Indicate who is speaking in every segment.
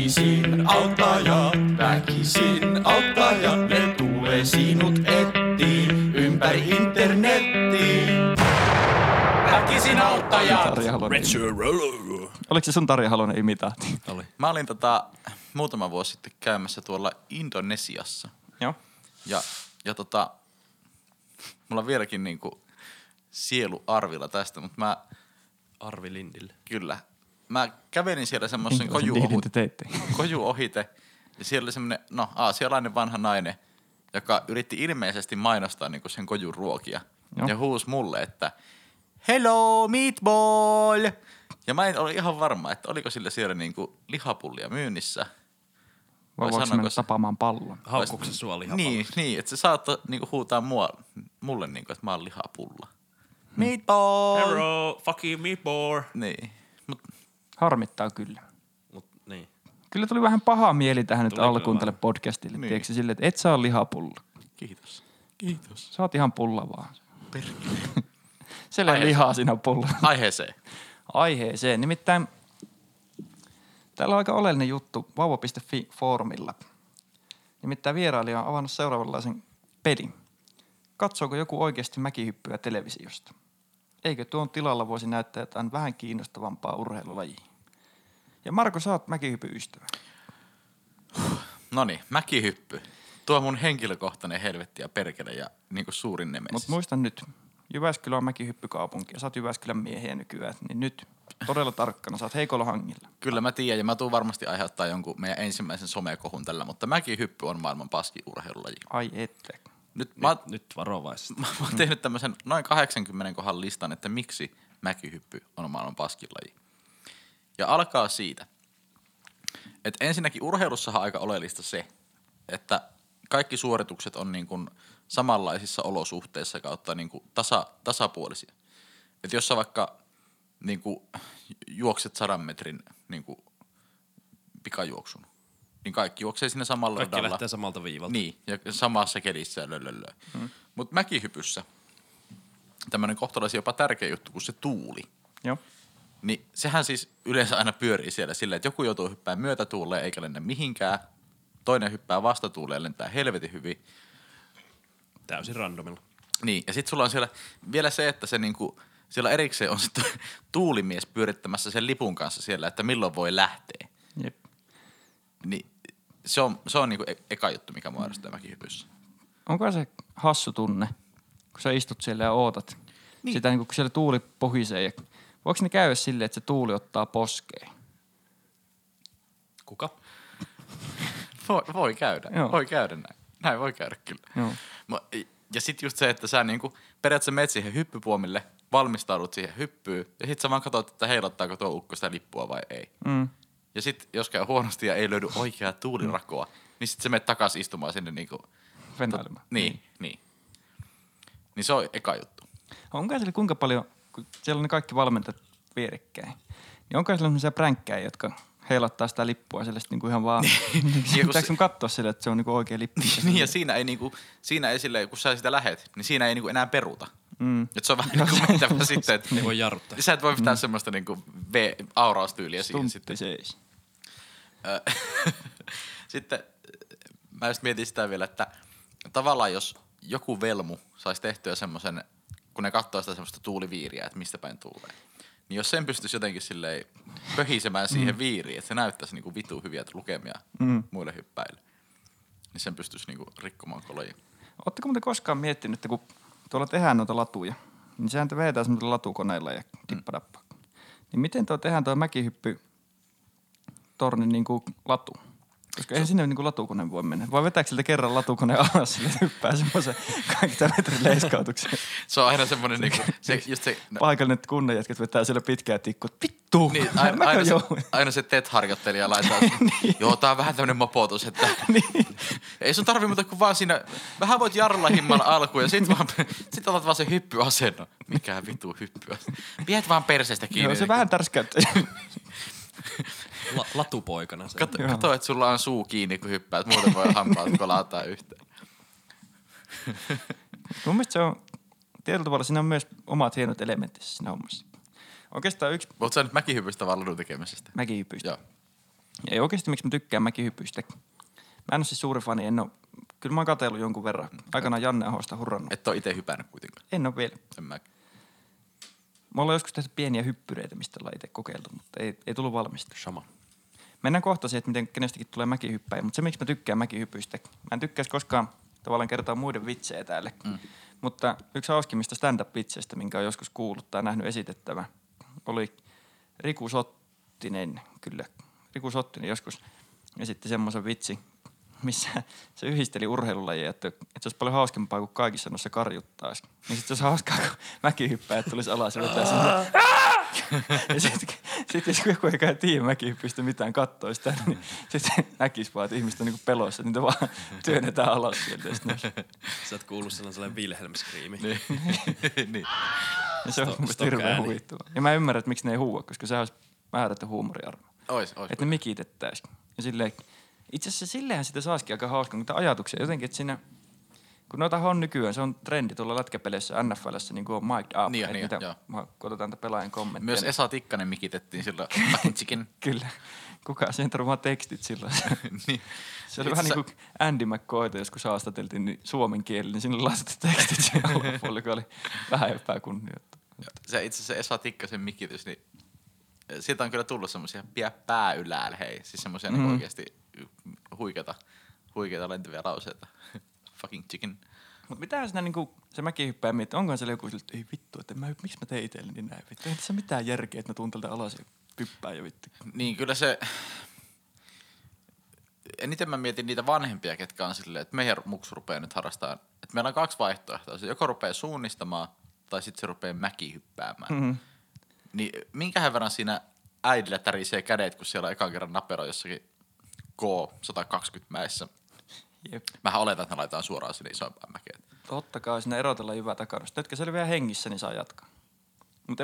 Speaker 1: Väkisin auttaja, väkisin auttaja, ne tulee sinut etsiin ympäri internettiin. Väkisin auttaja!
Speaker 2: Tarja Halonen. Oliko se sun Tarja Halonen imitaatti?
Speaker 3: Oli.
Speaker 1: Mä olin tota, muutama vuosi sitten käymässä tuolla Indonesiassa.
Speaker 2: Joo.
Speaker 1: Ja, ja tota, mulla on vieläkin niinku sielu arvilla tästä, mutta mä
Speaker 3: Arvi Lindille.
Speaker 1: kyllä, mä kävelin siellä semmoisen
Speaker 2: Minkälaisen
Speaker 1: kojuohut
Speaker 2: diilin te teitte?
Speaker 1: koju ohite. Ja siellä oli semmoinen, no aasialainen vanha nainen, joka yritti ilmeisesti mainostaa niinku sen kojun ruokia.
Speaker 2: Joo.
Speaker 1: Ja huusi mulle, että hello meatball! Ja mä en ole ihan varma, että oliko sillä siellä niinku lihapullia myynnissä.
Speaker 2: Vai
Speaker 1: Vai
Speaker 2: voiko
Speaker 1: sanoiko
Speaker 2: mennä
Speaker 1: se?
Speaker 2: tapaamaan pallon?
Speaker 3: Haukkuuko sua lihapallo?
Speaker 1: Niin, niin, että se saattoi niinku huutaa mua, mulle, niinku, että mä oon lihapulla. Meatball!
Speaker 3: Hello, fucking me boy.
Speaker 1: Niin. Mut,
Speaker 2: Harmittaa kyllä.
Speaker 3: Mut niin.
Speaker 2: Kyllä tuli vähän paha mieli tähän nyt
Speaker 3: Tuli
Speaker 2: alkuun
Speaker 3: kyllä
Speaker 2: tälle podcastille.
Speaker 1: Niin.
Speaker 2: Tiedätkö sille, että et saa lihapulla.
Speaker 1: kiitos. Kiitos.
Speaker 2: Sä oot ihan pulla vaan.
Speaker 1: Perkele.
Speaker 2: Siellä ei
Speaker 1: Aiheeseen.
Speaker 2: lihaa siinä pulla.
Speaker 1: Aiheeseen.
Speaker 2: Aiheeseen. Nimittäin täällä on aika oleellinen juttu vauva.fi-foorumilla. Nimittäin vierailija on avannut seuraavanlaisen pelin. Katsooko joku oikeasti mäkihyppyä televisiosta? Eikö tuon tilalla voisi näyttää jotain vähän kiinnostavampaa urheilulajia? Ja Marko, sä oot mäkihyppy-ystävä.
Speaker 1: No niin, mäkihyppy. Tuo on mun henkilökohtainen helvetti ja perkele ja niinku suurin nemesis.
Speaker 2: Mutta muista nyt, Jyväskylä on mäkihyppykaupunki ja sä oot Jyväskylän miehiä nykyään, niin nyt todella tarkkana, sä oot heikolla hangilla.
Speaker 1: Kyllä mä tiedän ja mä tuun varmasti aiheuttaa jonkun meidän ensimmäisen somekohun tällä, mutta mäkihyppy on maailman paskin urheilulaji.
Speaker 2: Ai ette.
Speaker 1: Nyt mä, oon-
Speaker 3: Nyt varovaisesti.
Speaker 1: mä, mä oon tehnyt tämmöisen noin 80 kohan listan, että miksi mäkihyppy on maailman paskin laji. Ja alkaa siitä, että ensinnäkin urheilussahan on aika oleellista se, että kaikki suoritukset on niin kuin samanlaisissa olosuhteissa kautta niin kuin tasa, tasapuolisia. Että jos sä vaikka niin kuin juokset sadan metrin niin kuin pikajuoksun, niin kaikki juoksee siinä samalla
Speaker 3: Kaikki
Speaker 1: radalla.
Speaker 3: lähtee samalta viivalta.
Speaker 1: Niin, ja samassa kelissä lölölö. Mm. Mutta mäkihypyssä tämmöinen kohtalaisen jopa tärkeä juttu, kun se tuuli.
Speaker 2: Joo.
Speaker 1: Niin sehän siis yleensä aina pyörii siellä silleen, että joku joutuu hyppää myötätuuleen eikä lennä mihinkään. Toinen hyppää vastatuuleen ja lentää helvetin hyvin.
Speaker 3: Täysin randomilla.
Speaker 1: Niin, ja sitten sulla on siellä vielä se, että se niinku, siellä erikseen on se tu- tuulimies pyörittämässä sen lipun kanssa siellä, että milloin voi lähteä.
Speaker 2: Jep.
Speaker 1: Niin se on, se on niinku e- eka juttu, mikä mua ärsyttää mäkihypyssä.
Speaker 2: Onko se hassu tunne, kun sä istut siellä ja ootat niin. sitä, niin kun siellä tuuli pohisee. Ja voiko ne käydä silleen, että se tuuli ottaa poskeen?
Speaker 3: Kuka?
Speaker 1: Voi, voi käydä,
Speaker 2: Joo.
Speaker 1: Joo. voi käydä näin. Näin voi käydä kyllä.
Speaker 2: Joo.
Speaker 1: Mu- Ja sitten just se, että sä niinku, periaatteessa menet siihen hyppypuomille, valmistaudut siihen hyppyyn, ja sitten sä vaan katsot, että heilottaako tuo ukko sitä lippua vai ei.
Speaker 2: Mm.
Speaker 1: Ja sitten jos käy huonosti ja ei löydy oikeaa tuulirakoa, niin sitten sä menet takaisin istumaan sinne niinku,
Speaker 2: Venäilemään.
Speaker 1: niin, niin. Niin se on eka juttu.
Speaker 2: Onko siellä kuinka paljon, kun siellä on ne kaikki valmentajat vierekkäin, niin onko siellä sellaisia pränkkäjä, jotka heilattaa sitä lippua sille sitten niinku ihan vaan...
Speaker 1: Niin. kun
Speaker 2: Pitääkö
Speaker 1: se-
Speaker 2: sun katsoa sille, että se on niinku oikea lippu?
Speaker 1: Niin ja siinä ei niinku, siinä ei silleen, kun sä sitä lähet, niin siinä ei niinku enää peruta. Mm. Et se on vähän niinku mentävä sitten, että
Speaker 3: Ei voi jarruttaa.
Speaker 1: sä et voi pitää mm. semmoista niinku v- auraustyyliä siihen sitten.
Speaker 2: Tumppi seis.
Speaker 1: Ö, Sitten äh, mä just mietin sitä vielä, että tavallaan jos joku velmu saisi tehtyä semmoisen, kun ne katsoo sitä semmoista tuuliviiriä, että mistä päin tuulee, niin jos sen pystyisi jotenkin silleen pöhisemään siihen mm. viiriin, että se näyttäisi niinku vitu hyviä lukemia mm. muille hyppäille, niin sen pystyisi niinku rikkomaan koloja.
Speaker 2: Oletteko muuten koskaan miettinyt, että kun tuolla tehdään noita latuja, niin sehän te vetää semmoisella latukoneella ja tippadappa. Mm. Niin miten tuo tehdään tuo mäkihyppy tornin niin kuin latu? Koska eihän sinne niin kuin latukone voi mennä. Voi vetääkö siltä kerran latukone alas sille hyppää semmoisen 20 metrin leiskautuksen.
Speaker 1: Se on aina semmoinen, niinku, se, just se, no,
Speaker 2: Paikallinen kunnan jätkät vetää siellä pitkää tikkua. että Vittu!
Speaker 1: niin,
Speaker 2: mä en
Speaker 1: aina, aina, se,
Speaker 2: joudu.
Speaker 1: aina se TET-harjoittelija laittaa, niin. joo, tää on vähän tämmönen mopotus, että ei sun tarvi muuta kuin vaan siinä, vähän voit jarrella himman alkuun ja sit, vaan, sit otat vaan se hyppyasento. Mikä vitu hyppyä. Pidät vaan perseestä kiinni. niin
Speaker 2: Joo, se vähän tärskäyttää.
Speaker 3: La- latupoikana se.
Speaker 1: Kato, kato, että sulla on suu kiinni, kun hyppäät. Muuten voi hampaat kolata yhteen.
Speaker 2: Mun mielestä se on tietyllä tavalla, siinä on myös omat hienot elementtinsä siinä hommassa. Oikeastaan yksi
Speaker 1: Mutta sä nyt mäkihypystä vaan ladun tekemisestä.
Speaker 2: mäkihypystä.
Speaker 1: Joo.
Speaker 2: Ja ei oikeasti miksi mä tykkään mäkihypyistä. Mä en ole siis suuri fani, en ole, kyllä mä oon katsellut jonkun verran. Aikanaan Janne Ahosta hurrannut.
Speaker 1: Et ole itse hypännyt kuitenkaan.
Speaker 2: En ole vielä.
Speaker 1: En mä.
Speaker 2: Me ollaan joskus tehty pieniä hyppyreitä, mistä ollaan itse kokeiltu, mutta ei, ei tullut valmista.
Speaker 3: Sama.
Speaker 2: Mennään kohta siihen, että miten kenestäkin tulee mäkihyppäjä, mutta se miksi mä tykkään mäkihypyistä. Mä en tykkäisi koskaan tavallaan kertoa muiden vitsejä täällä. Mm. Mutta yksi hauskimmista stand-up-vitseistä, minkä on joskus kuullut tai nähnyt esitettävä, oli Riku Sottinen, kyllä. Riku Sottinen joskus esitti semmoisen vitsi, missä se yhdisteli urheilulajeja, että, että se olisi paljon hauskempaa, kuin kaikissa noissa karjuttaisi. Niin sitten se olisi hauskaa, kun mäkihyppäjät tulisi alas ja vetäisi semmoisen ja sitten sit jos joku eikä tiedä mäkin pysty mitään kattoa sitä, niin sitten näkis vaan, että ihmiset on niinku peloissa, niitä vaan työnnetään alas sieltä. Ja sit ne-
Speaker 3: Sä oot kuullut Niin sellainen Wilhelm-skriimi.
Speaker 1: niin.
Speaker 2: ja se on mun mielestä
Speaker 3: Stok
Speaker 2: hirveän
Speaker 3: ääni.
Speaker 2: huvittavaa. Ja mä ymmärrän, että miksi ne ei huua, koska se olisi määrätty huumoriarvo.
Speaker 1: Ois, ois.
Speaker 2: Että ne mikitettäisiin. Ja silleen, itse asiassa silleenhän sitä saisikin aika hauskaa, mutta ajatuksia jotenkin, että siinä, kun noita on nykyään, se on trendi tuolla lätkäpeleissä NFLssä, niin kuin on mic'd up.
Speaker 1: Niin on,
Speaker 2: että
Speaker 1: niin on,
Speaker 2: mitä-
Speaker 1: joo.
Speaker 2: mä- kun otetaan niitä pelaajan kommentteja.
Speaker 1: Myös
Speaker 2: niin-
Speaker 1: Esa Tikkanen mikitettiin sillä Chicken.
Speaker 2: Kyllä. Kuka sen tarvaa tekstit silloin.
Speaker 1: niin.
Speaker 2: Se oli vähän niin kuin Andy McCoyta joskus haastateltiin niin suomen kieli, niin sinne laitettiin tekstit siihen alapuolelle, joka oli vähän epäkunnioittava.
Speaker 1: Se itse asiassa Esa Tikkasen mikitys, niin siitä on kyllä tullut semmoisia pidä pää ylällä, hei. Siis semmoisia mm. niin oikeasti huikeita, huikeita lentäviä lauseita. Fucking chicken.
Speaker 2: Mutta mitä sinä niinku, se mäkin hyppää miettii, onkohan siellä joku sille, että ei vittu, että mä, miksi mä tein itselleni näin vittu. Ei tässä mitään järkeä, että mä tuun tältä alas ja pyppään jo vittu.
Speaker 1: Niin kyllä se... Eniten mä mietin niitä vanhempia, ketkä on silleen, että meidän muksu rupeaa nyt harrastamaan. Että meillä on kaksi vaihtoehtoa. Se joko rupeaa suunnistamaan tai sitten se rupeaa mäkihyppäämään. Mm-hmm. Niin minkähän verran siinä äidillä tärisee kädet, kun siellä on ekan kerran napero jossakin K120 mäessä.
Speaker 2: Jep.
Speaker 1: Mä oletan, että ne laitetaan suoraan sinne isompaan mäkeen.
Speaker 2: Totta kai siinä erotellaan hyvää takarasta. Jotka se oli vielä hengissä, niin saa jatkaa. Mutta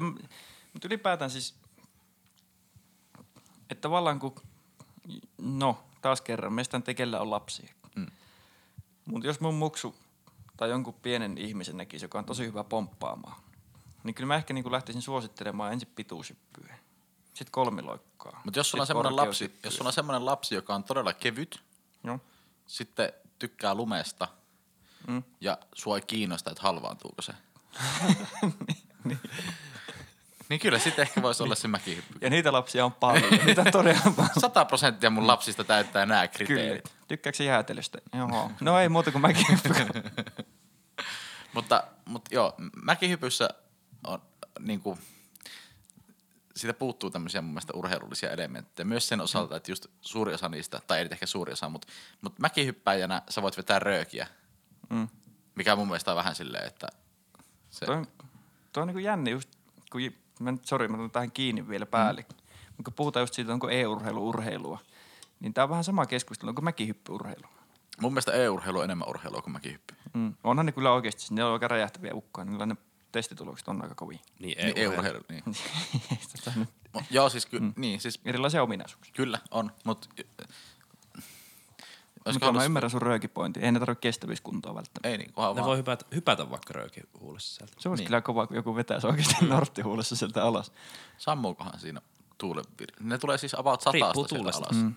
Speaker 2: mut ylipäätään siis, että tavallaan kun, no taas kerran, meistä ei kellään ole lapsia. Mm. Mutta jos mun muksu tai jonkun pienen ihmisen näkisi, joka on tosi hyvä pomppaamaan, niin kyllä mä ehkä niinku lähtisin suosittelemaan ensin pituushyppyä, sitten kolmiloikkaa.
Speaker 1: Mutta jos sulla on
Speaker 2: sit
Speaker 1: semmoinen lapsi,
Speaker 2: korkeushyppyä.
Speaker 1: jos sulla on semmoinen lapsi, joka on todella kevyt,
Speaker 2: Joo.
Speaker 1: sitten tykkää lumesta mm. ja sua ei kiinnosta, että halvaantuuko se. niin kyllä sitten ehkä voisi olla se mäkihyppy.
Speaker 2: Ja niitä lapsia on paljon, niitä on todella paljon.
Speaker 1: 100 prosenttia mun lapsista täyttää nämä kriteerit. Kyllä.
Speaker 2: Tykkääksä jäätelöstä? Joo. No ei muuta kuin mäkin.
Speaker 1: Mutta, mutta joo, mäkihypyssä on niin kuin, siitä puuttuu tämmöisiä mun mielestä urheilullisia elementtejä. Myös sen osalta, että just suuri osa niistä, tai ei nyt ehkä suuri osa, mutta, mutta mäkihyppäjänä sä voit vetää röökiä.
Speaker 2: Mm.
Speaker 1: Mikä mun mielestä on vähän silleen, että se,
Speaker 2: Toi, on- toi on niinku jänni just, kun j- mä nyt, sori, mä otan tähän kiinni vielä päälle. Mm. Kun puhutaan just siitä, onko e-urheilu urheilua, niin tää on vähän sama keskustelu, onko mäkihyppyurheilu.
Speaker 1: mun mielestä e-urheilu on enemmän urheilua kuin mäkihyppy.
Speaker 2: Mm. Onhan ne kyllä oikeasti, siis ne on aika räjähtäviä ukkoja, niin niillä ne testitulokset on aika kovia.
Speaker 3: Niin,
Speaker 1: Niin,
Speaker 3: ei
Speaker 1: e-urheilu, niin.
Speaker 2: Tota nyt
Speaker 1: Mu- Joo, siis, ky- mm. niin, siis
Speaker 2: Erilaisia ominaisuuksia.
Speaker 1: kyllä on, mutta...
Speaker 2: Mutta mä ymmärrän sun röökipointi. Ei ne tarvitse kestävyyskuntoa välttämättä.
Speaker 1: Ei niin, kunhan
Speaker 3: Ne
Speaker 1: vaan.
Speaker 3: voi hypätä, hypätä vaikka röykin huulessa sieltä.
Speaker 2: Se olisi
Speaker 1: Niin.
Speaker 2: niin. kyllä kova, kun joku vetää se oikeasti norttihuulessa sieltä alas.
Speaker 1: Sammuukohan siinä tuulen vir- Ne tulee siis about sataasta
Speaker 3: Riippuu
Speaker 1: sieltä
Speaker 3: tuulesta.
Speaker 1: alas. Mm.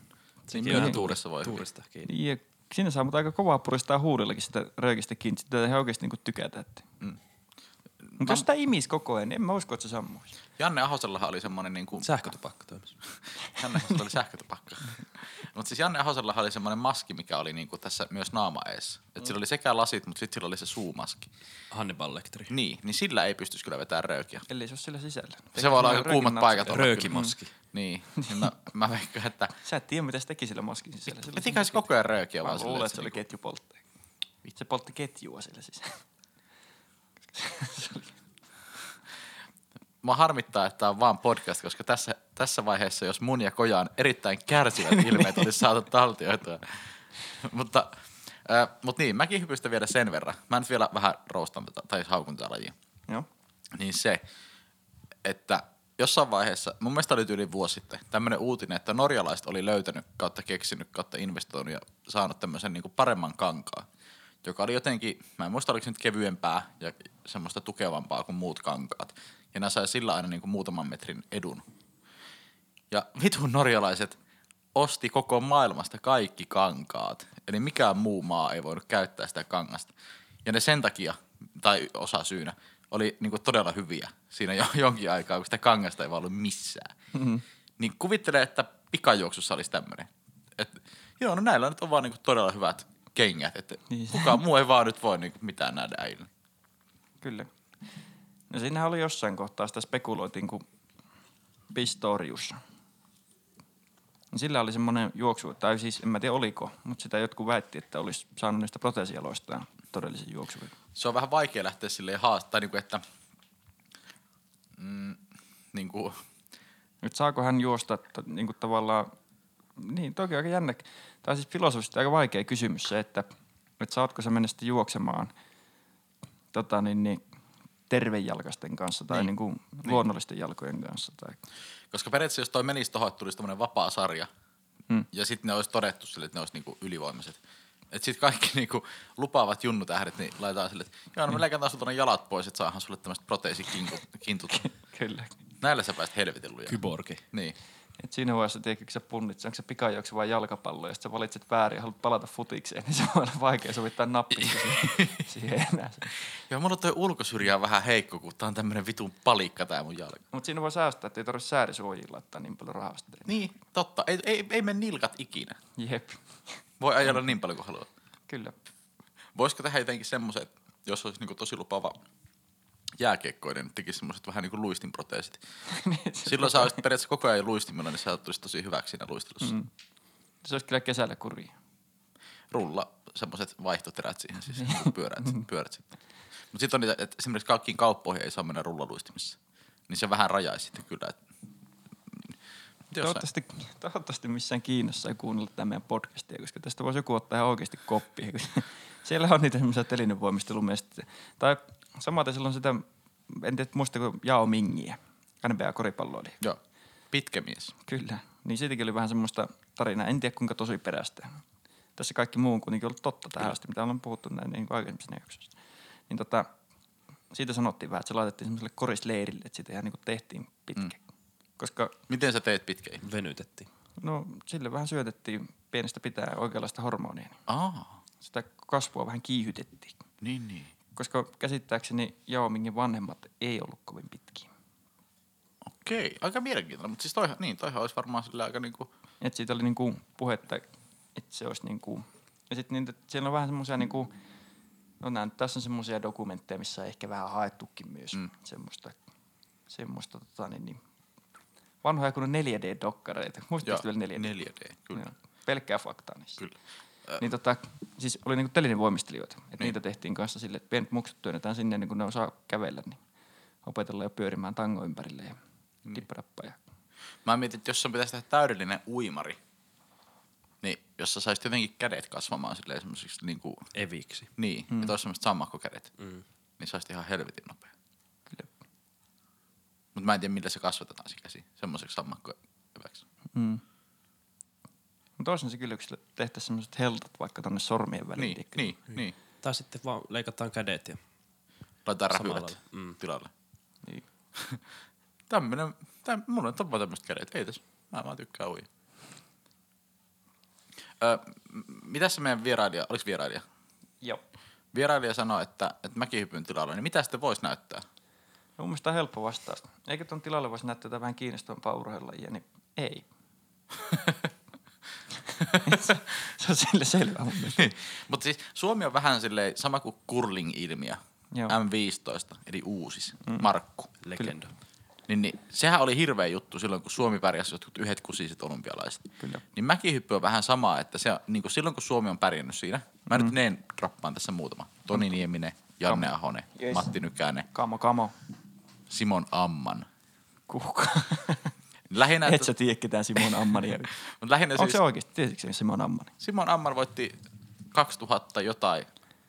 Speaker 1: Niin,
Speaker 3: Joo,
Speaker 1: niin, tuulessa voi.
Speaker 3: Tuulista kiinni.
Speaker 2: Ja siinä saa mutta aika kovaa puristaa huudellakin sitä röökistä kiinni. Sitä ei oikeasti niinku tykätä. Että. Mm. Mutta jos sitä imis koko ajan, niin en mä usko, että se sammuisi.
Speaker 1: Janne Ahosellahan oli semmoinen niin kuin...
Speaker 3: Sähkötupakka toimisi.
Speaker 1: Janne Ahosella oli sähkötupakka. mutta siis Janne Ahosellahan oli semmoinen maski, mikä oli niin kuin tässä myös naama eessä. Et sillä oli sekä lasit, mutta sitten sillä oli se suumaski.
Speaker 3: Hannibal Lecter.
Speaker 1: Niin, niin sillä ei pystyisi kyllä vetämään röykiä.
Speaker 2: Eli se on sillä sisällä.
Speaker 1: Se voi olla aika
Speaker 2: Röökin
Speaker 1: kuumat
Speaker 2: natsi-
Speaker 1: paikat olla.
Speaker 3: Röökimaski.
Speaker 1: kyllä. Niin, niin mä, mä veikkaan, että...
Speaker 2: Sä et tiedä, mitä se teki sillä maskin sisällä. Sillä
Speaker 1: Vetikään se koko ajan röökiä
Speaker 2: Mä
Speaker 1: vaan
Speaker 2: luulen,
Speaker 1: silleen,
Speaker 2: että se oli
Speaker 1: niinku-
Speaker 2: ketjupoltteja. Se poltti ketjua sillä sisällä.
Speaker 1: Mä niinku- harmittaa, että tämä on vaan podcast, koska tässä, tässä vaiheessa, jos mun ja Kojaan erittäin kärsivät ilmeet olisi saatu taltioitua. mutta, äh, mutta niin, mäkin hypystä vielä sen verran. Mä nyt vielä vähän roustan tätä, tai haukun tätä lajia.
Speaker 2: Joo.
Speaker 1: Niin se, että jossain vaiheessa, mun mielestä oli yli vuosi sitten, tämmöinen uutinen, että norjalaiset oli löytänyt kautta keksinyt kautta investoinut ja saanut tämmöisen niin paremman kankaan, joka oli jotenkin, mä en muista oliko se nyt kevyempää ja semmoista tukevampaa kuin muut kankaat. Ja niinku nämä sai sillä aina niin muutaman metrin edun. Ja vitun norjalaiset osti koko maailmasta kaikki kankaat. Eli mikään muu maa ei voinut käyttää sitä kangasta. Ja ne sen takia, tai osa syynä, oli niinku todella hyviä siinä jo, jonkin aikaa, kun sitä kangasta ei vaan ollut missään. Mm-hmm. Niin kuvittele, että pikajuoksussa olisi tämmöinen. Et, joo, no näillä nyt on vaan niinku todella hyvät kengät. Että
Speaker 2: Niin.
Speaker 1: kukaan muu ei vaan nyt voi niinku mitään nähdä äijille.
Speaker 2: Kyllä. No siinähän oli jossain kohtaa, sitä spekuloitiin, kun Pistorius. Niin Sillä oli semmoinen juoksu, tai siis en mä tiedä oliko, mutta sitä jotkut väitti, että olisi saanut niistä proteesialoistaan todellisen juoksukyvyn.
Speaker 1: se on vähän vaikea lähteä silleen haastaa, niin kuin, että mm, niin kuin,
Speaker 2: Nyt saako hän juosta t- niin kuin tavallaan, niin toki aika jännä, tai siis filosofisesti aika vaikea kysymys se, että, että saatko sä mennä sitten juoksemaan tota, niin, niin, tervejalkaisten kanssa tai niin. Niin kuin luonnollisten jalkojen kanssa. Tai,
Speaker 1: koska periaatteessa jos toi menisi tohon, että tulisi tämmöinen vapaa sarja,
Speaker 2: Mm.
Speaker 1: mm. ja sitten ne olisi todettu sille, että ne olisi niinku ylivoimaiset. Että sitten kaikki niinku lupaavat junnutähdet, niin laitetaan sille, että joo, no me leikataan sulta ne jalat pois, että saahan sulle tämmöiset proteesikintut.
Speaker 2: kyllä.
Speaker 1: Näillä sä pääset helvetilluja.
Speaker 3: Kyborgi.
Speaker 1: Niin.
Speaker 2: Et siinä vaiheessa tiedätkö, kun sä punnitset, onko se pikajuoksu vai jalkapallo, ja sit sä valitset väärin ja haluat palata futikseen, niin se voi olla vaikea sovittaa nappista siihen, siihen enää.
Speaker 1: Joo, mulla toi ulkosyrjä on vähän heikko, kun tää on tämmönen vitun palikka tää mun jalka.
Speaker 2: Mutta siinä voi säästää, että ei tarvitse säärisuojilla laittaa niin paljon rahaa sitten.
Speaker 1: Niin, totta. Ei, ei, ei mene nilkat ikinä.
Speaker 2: Jep,
Speaker 1: Voi ajella niin paljon kuin haluaa.
Speaker 2: kyllä.
Speaker 1: Voisiko tehdä jotenkin semmoisen, että jos olisi niinku tosi lupaava jääkiekkoinen, niin tekisi semmoiset vähän niin kuin luistinproteesit. Silloin sä olisit periaatteessa koko ajan luistimella, niin sä tulisit tosi hyväksi siinä luistelussa. Mm.
Speaker 2: Se olisi kyllä kesällä kuria.
Speaker 1: Rulla semmoiset vaihtoterät siihen, siis
Speaker 2: Niin.
Speaker 1: kun pyörät, pyörät sitten. Mutta sitten on niitä, että esimerkiksi kaikkiin kauppoihin ei saa mennä rullaluistimissa. Niin se vähän rajaisi sitten kyllä. Että... Jossain,
Speaker 2: Toivottavasti, toivottavasti missään Kiinassa ei kuunnella tämä meidän podcastia, koska tästä voisi joku ottaa ihan oikeasti koppia. kun Siellä on niitä semmoisia telinevoimistelumestit. Tai samaten silloin sitä, en tiedä muistako Jao Mingiä, NBA-koripalloilija.
Speaker 1: joo. Pitkä mies.
Speaker 2: Kyllä. Niin siitäkin oli vähän semmoista tarinaa. En tiedä kuinka tosi perästä. Tässä kaikki muu on kuitenkin ollut totta tähän asti, mitä ollaan puhuttu näin niin kuin aikaisemmissa jaksoissa. Niin tota, siitä sanottiin vähän, että se laitettiin semmoiselle korisleirille, että sitä ihan niin kuin tehtiin pitkä. Mm. Koska
Speaker 1: Miten sä teet pitkä ihminen?
Speaker 3: Venytettiin.
Speaker 2: no, sille vähän syötettiin pienestä pitää oikeanlaista hormonia. niin
Speaker 1: Aa,
Speaker 2: Sitä kasvua vähän kiihytettiin.
Speaker 1: niin niin.
Speaker 2: Koska käsittääkseni Jao Mingin vanhemmat ei ollut kovin pitkiä.
Speaker 1: Okei, aika mielenkiintoinen. Mutta siis toihan, niin, toihan olisi varmaan sillä aika niinku...
Speaker 2: Et siitä oli niinku puhetta, että se olisi niinku... Ja sitten niitä, siellä on vähän semmoisia niinku... No nää, nyt tässä on semmoisia dokumentteja, missä on ehkä vähän haettukin myös mm. semmoista, semmoista tota, niin, niin, vanhoja kuin 4D-dokkareita. Muistatko vielä 4D?
Speaker 1: 4D, kyllä.
Speaker 2: Joo. Pelkkää faktaa niissä.
Speaker 1: Kyllä.
Speaker 2: Niin tota, siis oli niinku telinevoimistelijoita. Et niin. Niitä tehtiin kanssa sille, että pienet muksut työnnetään sinne, niin kun ne osaa kävellä, niin opetella jo pyörimään tango ympärille ja niin. tipparappa ja
Speaker 1: Mä mietin, että jos sun pitäisi tehdä täydellinen uimari, niin jos sä saisit jotenkin kädet kasvamaan silleen semmoisiksi niinku,
Speaker 3: Eviksi.
Speaker 1: niin, mm. että olisi semmoiset sammakkokädet,
Speaker 3: Mm.
Speaker 1: niin sä olisit ihan helvetin nopea.
Speaker 2: kyllä.
Speaker 1: Mutta mä en tiedä, millä se kasvatetaan se käsi, semmoiseksi sammakkokäväksi.
Speaker 2: Mm. Mutta olisihan se kyllä, kun sille tehtäisiin semmoiset heltat vaikka tonne sormien väliin.
Speaker 1: Niin,
Speaker 2: tiedätkö?
Speaker 1: niin, niin.
Speaker 3: Tai sitten vaan leikataan kädet ja
Speaker 1: Laitetaan
Speaker 3: Samalla
Speaker 1: räpylät
Speaker 3: lailla. Mm.
Speaker 1: tilalle.
Speaker 2: niin.
Speaker 1: Tämmönen, täm, mulla on vaan tämmöiset kädet, ei tässä. Mä vaan tykkään uida. Öö, m- mitäs se meidän vierailija, oliko vierailija?
Speaker 2: Joo.
Speaker 1: Vierailija sanoi, että, että mäkihypyn tilalla, niin mitä sitten voisi näyttää?
Speaker 2: No, mun mielestä on helppo vastaus. Eikö ton tilalle voisi näyttää jotain vähän kiinnostavampaa urheilulajia, niin ei. se on sille selvä mun mielestä.
Speaker 1: Mutta siis Suomi on vähän silleen sama kuin curling-ilmiö.
Speaker 2: Joo.
Speaker 1: M15, eli uusis, mm. Markku.
Speaker 3: legenda.
Speaker 1: Niin, niin, sehän oli hirveä juttu silloin, kun Suomi pärjäsi jotkut yhdet kusiset olympialaiset.
Speaker 2: Kyllä.
Speaker 1: Niin mäkihyppy on vähän samaa, että se, on- niin kuin silloin kun Suomi on pärjännyt siinä, mä mm. nyt neen droppaan tässä muutama. Toni
Speaker 2: Mm.
Speaker 1: Nieminen, Janne Ahonen,
Speaker 2: Yes.
Speaker 1: Matti Nykänen,
Speaker 2: Kamo, kamo.
Speaker 1: Simon Amman.
Speaker 2: Kuka?
Speaker 1: Lähinnä,
Speaker 2: Et sä tiedä ketään Simon Ammania.
Speaker 1: mut lähinnä
Speaker 2: Onko
Speaker 1: siis,
Speaker 2: se oikeasti? Tiesitkö se Simon Ammani?
Speaker 1: Simon Amman voitti 2000 jotain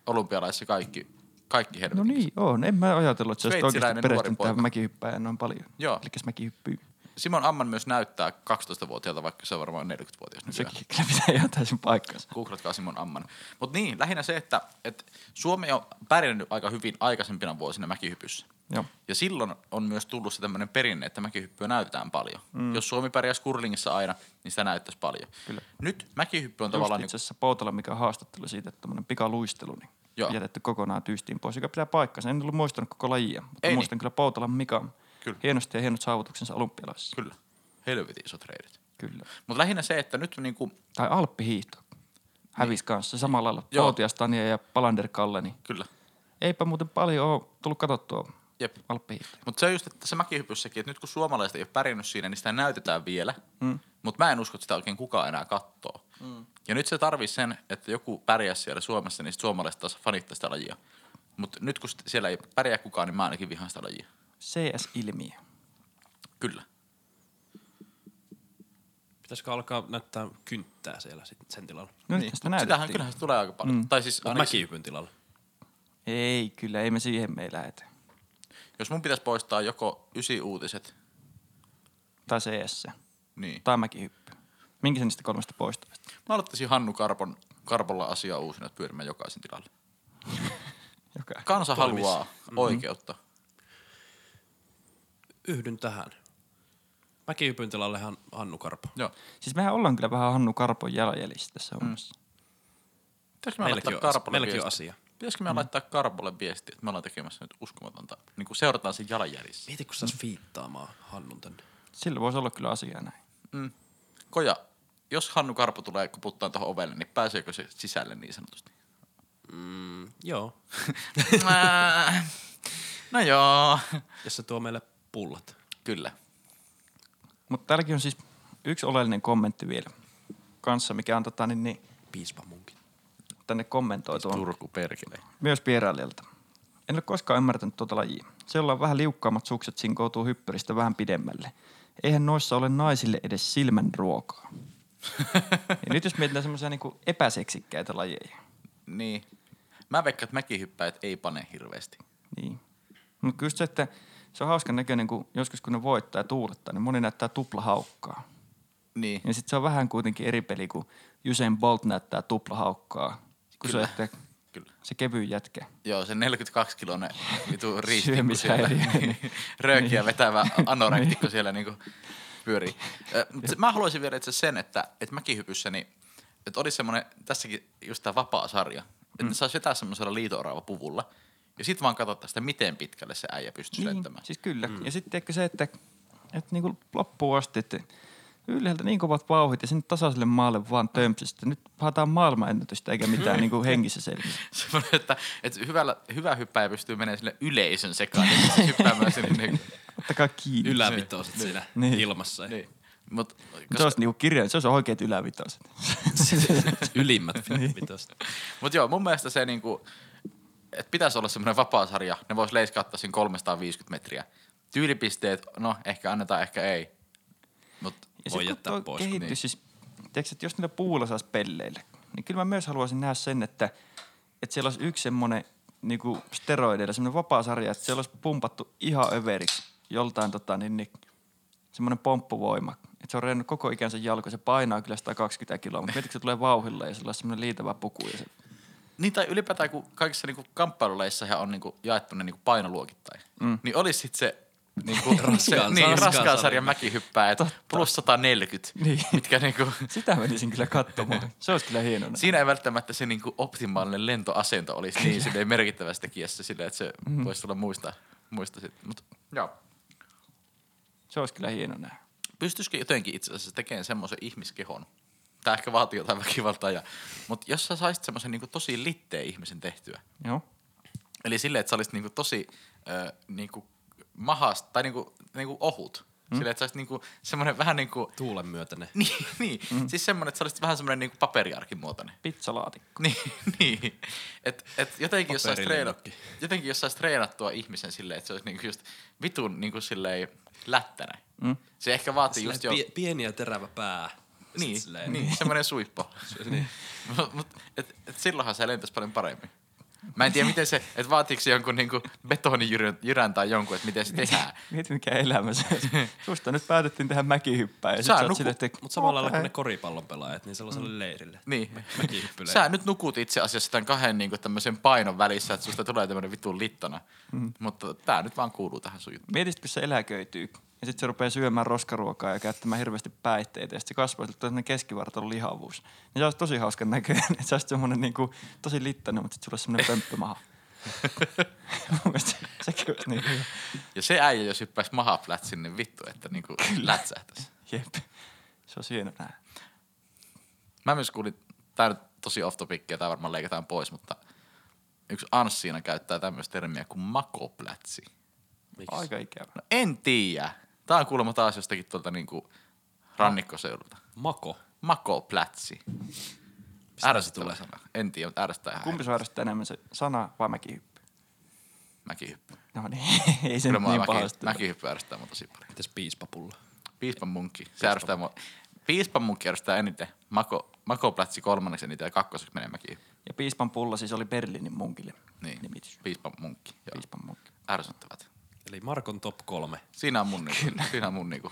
Speaker 1: olympialaisissa kaikki, kaikki helvetin
Speaker 2: No niin, on. En mä ajatellut, että se olisi oikeasti
Speaker 1: Sveitsiläinen nuori
Speaker 2: perehtynyt tähän
Speaker 1: poika.
Speaker 2: mäkihyppääjään noin paljon.
Speaker 1: Joo.
Speaker 2: Elikkäs mäkihyppyy.
Speaker 1: Simon Amman myös näyttää 12-vuotiaalta, vaikka se on varmaan 40-vuotias nykyään.
Speaker 2: Sekin kyllä pitää ihan täysin paikkansa.
Speaker 1: Googlatkaa Simon Amman. Mutta niin, lähinnä se, että, että Suomi on pärjännyt aika hyvin aikaisempina vuosina mäkihypyssä.
Speaker 2: Joo.
Speaker 1: Ja silloin on myös tullut se tämmöinen perinne, että mäkihyppyä näytetään paljon. Mm. Jos Suomi pärjäisi kurlingissa aina, niin sitä näyttäisi paljon.
Speaker 2: Kyllä.
Speaker 1: Nyt mäkihyppy on
Speaker 2: Just
Speaker 1: tavallaan...
Speaker 2: itse asiassa Poutala, mikä haastattelu siitä, että tämmöinen pikaluistelu, niin
Speaker 1: Joo.
Speaker 2: Joo. jätetty kokonaan tyystiin pois, joka pitää paikkansa. En ollut muistanut koko lajia, mutta
Speaker 1: Ei
Speaker 2: Ei muistan niin. kyllä Poutalan Mika
Speaker 1: Kyllä.
Speaker 2: kyllä. hienosti ja hienot saavutuksensa olympialaisissa.
Speaker 1: niinku- Kyllä. Helvetin isot reidit.
Speaker 2: Kyllä.
Speaker 1: Mutta lähinnä se, että nyt niinku,
Speaker 2: Tai alppihiihto. Hävis kanssa samalla lailla.
Speaker 1: Joo.
Speaker 2: Pautiastania ja Palander Kalle, niin
Speaker 1: kyllä.
Speaker 2: eipä muuten paljon ole tullut katsottua
Speaker 1: Jep.
Speaker 2: alppihiihtoa.
Speaker 1: Mutta se on just, että se mäkihypyssäkin, että nyt kun suomalaiset ei ole pärjännyt siinä, niin sitä näytetään vielä. Mm. Mutta mä en usko, että sitä oikein kukaan enää kattoo. Mm. Ja nyt se tarvii sen, että joku pärjää siellä Suomessa, niin sit suomalaiset taas fanittaa sitä lajia. Mutta nyt kun sit siellä ei pärjää kukaan, niin mä ainakin vihaan sitä lajia.
Speaker 2: CS-ilmiö.
Speaker 1: Kyllä.
Speaker 3: Pitäisikö alkaa näyttää kynttää siellä sit sen tilalla?
Speaker 2: No niin. sitä
Speaker 1: Sitähän
Speaker 2: näytettiin.
Speaker 1: kyllähän se tulee aika paljon. Mm. Tai siis ainakin,
Speaker 3: Mäkihypyn tilalla.
Speaker 2: Ei kyllä, ei me siihen me ei lähetä.
Speaker 1: jos mun pitäisi poistaa joko ysi uutiset,
Speaker 2: Tai CS.
Speaker 1: niin
Speaker 2: Tai mäkihyppy. Minkä sen niistä kolmesta poistaa?
Speaker 1: mä aloittaisin Hannu Karpon, Karpolla asiaa uusina, että pyörimään jokaisen tilalle.
Speaker 2: Joka.
Speaker 1: Kansa
Speaker 3: Toimis.
Speaker 1: haluaa oikeutta.
Speaker 3: Yhdyn tähän. Mäkihypyn tilallehan Hannu Karpo.
Speaker 1: Joo.
Speaker 2: Siis mehän ollaan kyllä vähän Hannu Karpon jalanjäljissä tässä hommassa.
Speaker 1: Pitäisikö me
Speaker 3: Meilläkin
Speaker 1: laittaa
Speaker 3: on,
Speaker 1: Karpolle
Speaker 3: meilläkin on
Speaker 1: viestiä?
Speaker 3: asia.
Speaker 1: Pitäisikö me mm. laittaa Karpolle viestiä, että me ollaan tekemässä nyt uskomatonta, niin kuin seurataan sen jalanjäljissä.
Speaker 3: Mieti, kun saisi fiittaamaan Hannun tänne.
Speaker 2: Sillä voisi olla kyllä asiaa näin.
Speaker 1: Koja, jos Hannu Karpo tulee koputtaa tuohon ovelle, niin pääseekö se sisälle niin sanotusti?
Speaker 3: Mm, joo.
Speaker 1: Ää, no joo,
Speaker 3: Ja se tuo meille pullat.
Speaker 1: kyllä.
Speaker 2: Mutta täälläkin on siis yksi oleellinen kommentti vielä kanssa, mikä on tota, niin, niin,
Speaker 3: Piispa munkin.
Speaker 2: tänne kommentoitu. on
Speaker 1: Turku perkele.
Speaker 2: Myös vierailijalta. En ole koskaan ymmärtänyt tuota lajia. Se, jolla on vähän liukkaammat sukset, sinkoutuu hyppyristä vähän pidemmälle. Eihän noissa ole naisille edes silmän ruokaa. ja nyt jos mietitään semmoisia niinku epäseksikkäitä lajeja,
Speaker 1: Niin. Mä veikkaan, että mäkihyppäjät ei pane hirveästi.
Speaker 2: niin. Mutta kyllä se, että se on hauskan näköinen, kun joskus kun ne voittaa ja tuulettaa, niin moni näyttää tuplahaukkaa.
Speaker 1: Niin.
Speaker 2: Ja sitten se on vähän kuitenkin eri peli, kun Usain Bolt näyttää tuplahaukkaa. Kun se, että
Speaker 1: Kyllä.
Speaker 2: se kevyin jätkä.
Speaker 1: Joo, se 42-kilonen vitu riistikko
Speaker 2: Syömishäiriö,
Speaker 1: siellä. Niin. Röökiä vetävä anorektikko siellä niinku pyörii. Ö, mut se- Mä haluaisin vielä itse asiassa sen, että et mäkihypyssä, niin, että olisi semmoinen, tässäkin just tämä vapaa sarja, että mm. saisi vetää semmoisella liitoorava puvulla, ja sitten vaan katsotaan sitä, miten pitkälle se äijä pystyy niin. lentämään.
Speaker 2: siis kyllä. Mm. Ja sitten tiedätkö se, että, että niin kuin loppuun asti, että ylhäältä niin kovat vauhit ja sinne tasaiselle maalle vaan tömpsistä. Nyt haetaan maailmanennätystä eikä mitään niin kuin hengissä selviä.
Speaker 1: Semmoinen, että, että hyvällä, hyvä hyppäjä pystyy menemään sille yleisön sekaan, ja se hyppäämään sinne. Niin,
Speaker 2: Ottakaa kiinni.
Speaker 3: Ylävitoset siinä
Speaker 2: Niin.
Speaker 3: ilmassa.
Speaker 1: niin. Mut,
Speaker 2: Se olisi niin kirja, se olisi oikeat ylävitoset.
Speaker 3: Ylimmät
Speaker 2: Niin.
Speaker 3: vitoset.
Speaker 1: Mutta joo, mun mielestä se niinku, että pitäisi olla semmoinen vapaasarja, ne vois leiskauttaa siinä 350 metriä. Tyylipisteet, no ehkä annetaan, ehkä ei. Mut
Speaker 2: Ja sit,
Speaker 3: Voi
Speaker 2: kun
Speaker 3: jättää
Speaker 2: toi
Speaker 3: pois, kun
Speaker 2: Kehitys,
Speaker 1: niin.
Speaker 2: niin. siis, tiedätkö, että jos niillä puulla saisi pelleillä, niin kyllä mä myös haluaisin nähdä sen, että, että siellä olisi yksi semmoinen niin steroideilla, semmoinen vapaasarja, että siellä olisi pumpattu ihan överiksi joltain tota, niin, niin, semmoinen pomppuvoima. Että se on reennyt koko ikänsä jalko, se painaa kyllä 120 kiloa, mutta mietitkö se tulee vauhilla ja sillä on semmoinen liitävä puku. Ja se,
Speaker 1: niin tai ylipäätään, kun kaikissa niinku kamppailuleissähän on niinku jaettu ne niinku painoluokittain, mm. niin olisi sit se niinku, se,
Speaker 3: Raskaan-
Speaker 1: niin,
Speaker 3: raskaan
Speaker 1: raskaan sarjan
Speaker 3: sarjan.
Speaker 1: mäkihyppää, että plus 140, niin.
Speaker 2: Niin.
Speaker 1: mitkä niinku,
Speaker 2: sitä menisin kyllä katsomaan. Se olisi kyllä hienona.
Speaker 1: Siinä ei välttämättä se niinku optimaalinen lentoasento olisi niin silleen merkittävässä tekijässä silleen, että se mm. voisi tulla muista, muista sitten. Mut, joo.
Speaker 2: Se olisi kyllä hienona.
Speaker 1: pystyisikö jotenkin itse asiassa tekemään semmoisen ihmiskehon? Tämä ehkä vaatii jotain väkivaltaa, ja, mutta jos sä saisit semmoisen niin tosi litteen ihmisen tehtyä,
Speaker 2: Joo.
Speaker 1: eli silleen, että sä olisit niin tosi ö, niin mahasta tai niin kuin, niin ohut, mm. silleen, että sä olisit niin semmoinen vähän niin kuin,
Speaker 3: Tuulen myötäne.
Speaker 1: niin, niin mm. siis semmoinen, että sä olisit vähän semmoinen niin paperiarkin muotoinen.
Speaker 2: Pizzalaatikko.
Speaker 1: Niin, niin. Et, et jotenkin, jos sais treena,
Speaker 3: Paperilennokki.
Speaker 1: jotenkin jos sais treenattua ihmisen silleen, että se olisi niinku just vitun niinku silleen lättänä. Mm. Se ehkä vaatii just jo...
Speaker 3: Pie- pieni ja terävä pää. Ja sit
Speaker 1: Niin,
Speaker 3: silleen-
Speaker 1: niin semmoinen suippo. niin. Mut, mut, et, et silloinhan se lentäisi paljon paremmin. Mä en tiedä, miten se, että vaatiiko se jonkun niinku betonijyrän jyrän tai jonkun, että miten se
Speaker 3: Niin.
Speaker 1: tehdään.
Speaker 2: Mieti mikä elämä se on. Susta nyt päätettiin tehdä mäkihyppää. Ja
Speaker 1: Sä
Speaker 2: sit sä oot
Speaker 1: nuku-
Speaker 2: silleen, että...
Speaker 3: Mutta samalla lailla kuin ne koripallon pelaajat, niin sellaiselle
Speaker 2: Mm.
Speaker 3: leirille.
Speaker 1: Niin.
Speaker 3: Mäkihyppyleirille.
Speaker 1: Sä nyt nukut itse asiassa tämän kahden niinku tämmöisen painon välissä, että susta tulee tämmöinen vitun littana. Mm. Mutta tää nyt vaan kuuluu tähän sun juttuun.
Speaker 2: Mietitkö, kun se eläköityy ja sitten se rupeaa syömään roskaruokaa ja käyttämään hirveästi päihteitä ja sitten se kasvaa, sillä tulee sellainen keskivartalon lihavuus. Niin se olisi tosi hauskan näköinen, että se olisi semmoinen niin kuin, tosi littainen, mutta sitten sulla olisi semmoinen pömppömaha. Mun mielestä sekin olisi niin hyvä.
Speaker 1: Ja se äijä, jos hyppäisi mahaflätsin, niin vittu, että niinku lätsähtäisi.
Speaker 2: Jep. Se olisi hieno nähdä.
Speaker 1: Mä myös kuulin, tää nyt tosi off topic ja tää varmaan leikataan pois, mutta yksi Anssiina käyttää tämmöistä termiä kuin makoplätsi.
Speaker 3: Miksi?
Speaker 2: Aika ikävä.
Speaker 1: No en tiedä. Tää on kuulemma taas jostakin tuolta niinku rannikkoseudulta.
Speaker 3: Mako.
Speaker 1: Makoplätsi. Ärsyttävä
Speaker 3: tulee?
Speaker 1: sana. En tiedä, mutta ärsyttää ihan
Speaker 2: Kumpi sua ärsyttää enemmän se sana vai mäkihyppy?
Speaker 1: mäkihyppy.
Speaker 2: No niin, ei se
Speaker 1: Kyllä
Speaker 2: nyt
Speaker 1: mua
Speaker 2: niin
Speaker 1: mäki,
Speaker 2: pahasti.
Speaker 1: mäkihyppy ärsyttää mua tosi paljon.
Speaker 3: Mites piispapulla?
Speaker 1: Piispan munkki. Se ärsyttää mua. Piispan munkki ärsyttää eniten. Mako, makoplätsi kolmanneksi eniten ja kakkoseksi menee mäkihyppy.
Speaker 2: Ja piispan pulla siis oli Berliinin munkille.
Speaker 1: Niin.
Speaker 2: Nimitys.
Speaker 1: Piispan munkki. Joo.
Speaker 2: Piispan munkki.
Speaker 1: Ärsyttävät.
Speaker 3: Eli Markon top kolme.
Speaker 1: Siinä on mun, niinku, siinä on mun niinku,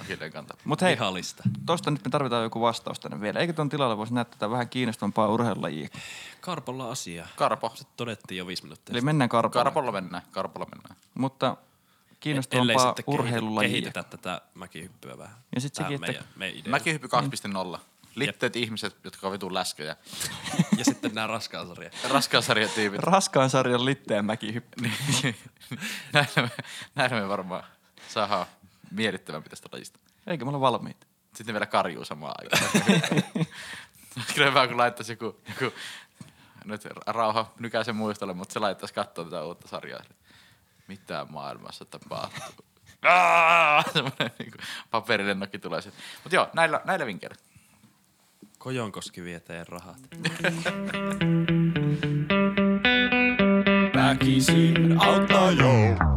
Speaker 1: akilleen kanta.
Speaker 2: Mut hei,
Speaker 3: Vihalista.
Speaker 2: Tosta nyt me tarvitaan joku vastaus tänne vielä. Eikö tuon tilalle voisi näyttää tätä vähän kiinnostavampaa urheilulajia?
Speaker 3: Karpolla asia.
Speaker 1: Karpo.
Speaker 3: Se todettiin jo viisi minuuttia.
Speaker 2: Eli mennään karpalle.
Speaker 1: Karpolla mennään, karpolla mennään.
Speaker 2: Mutta
Speaker 3: Ellei
Speaker 2: kiinnostavampaa
Speaker 3: sitten kehitetä,
Speaker 2: urheilulajia.
Speaker 3: kehitetä tätä mäkihyppyä vähän.
Speaker 2: Ja sit
Speaker 3: Tää on
Speaker 2: sekin, että-
Speaker 3: meidän- meidän idea.
Speaker 1: Mäkihyppy 2.0. Litteet ihmiset, jotka on vitun läskejä.
Speaker 3: Ja sitten nämä raskaan sarjat.
Speaker 1: Raskaasarjan tiivit.
Speaker 2: Raskaan sarjan litteen mäkihyppy.
Speaker 1: näillä, me, näillä me varmaan saadaan miellyttävämpi tästä lajista.
Speaker 2: Eikö me olla valmiit?
Speaker 1: Sitten ne vielä karjuu samaan aikaan. Olisi Kyllä hyvä, kun laittaisi joku, joku nyt rauha nykäisen muistolle, mutta se laittaisi katsoa tätä uutta sarjaa. Mitä maailmassa tapahtuu? Aaah! Semmoinen niin paperilennokki tulee sitten. Mutta joo, näillä, näillä vinkkeillä.
Speaker 3: Kojonkoski vie teidän rahat.
Speaker 4: Väkisin auttaa jo.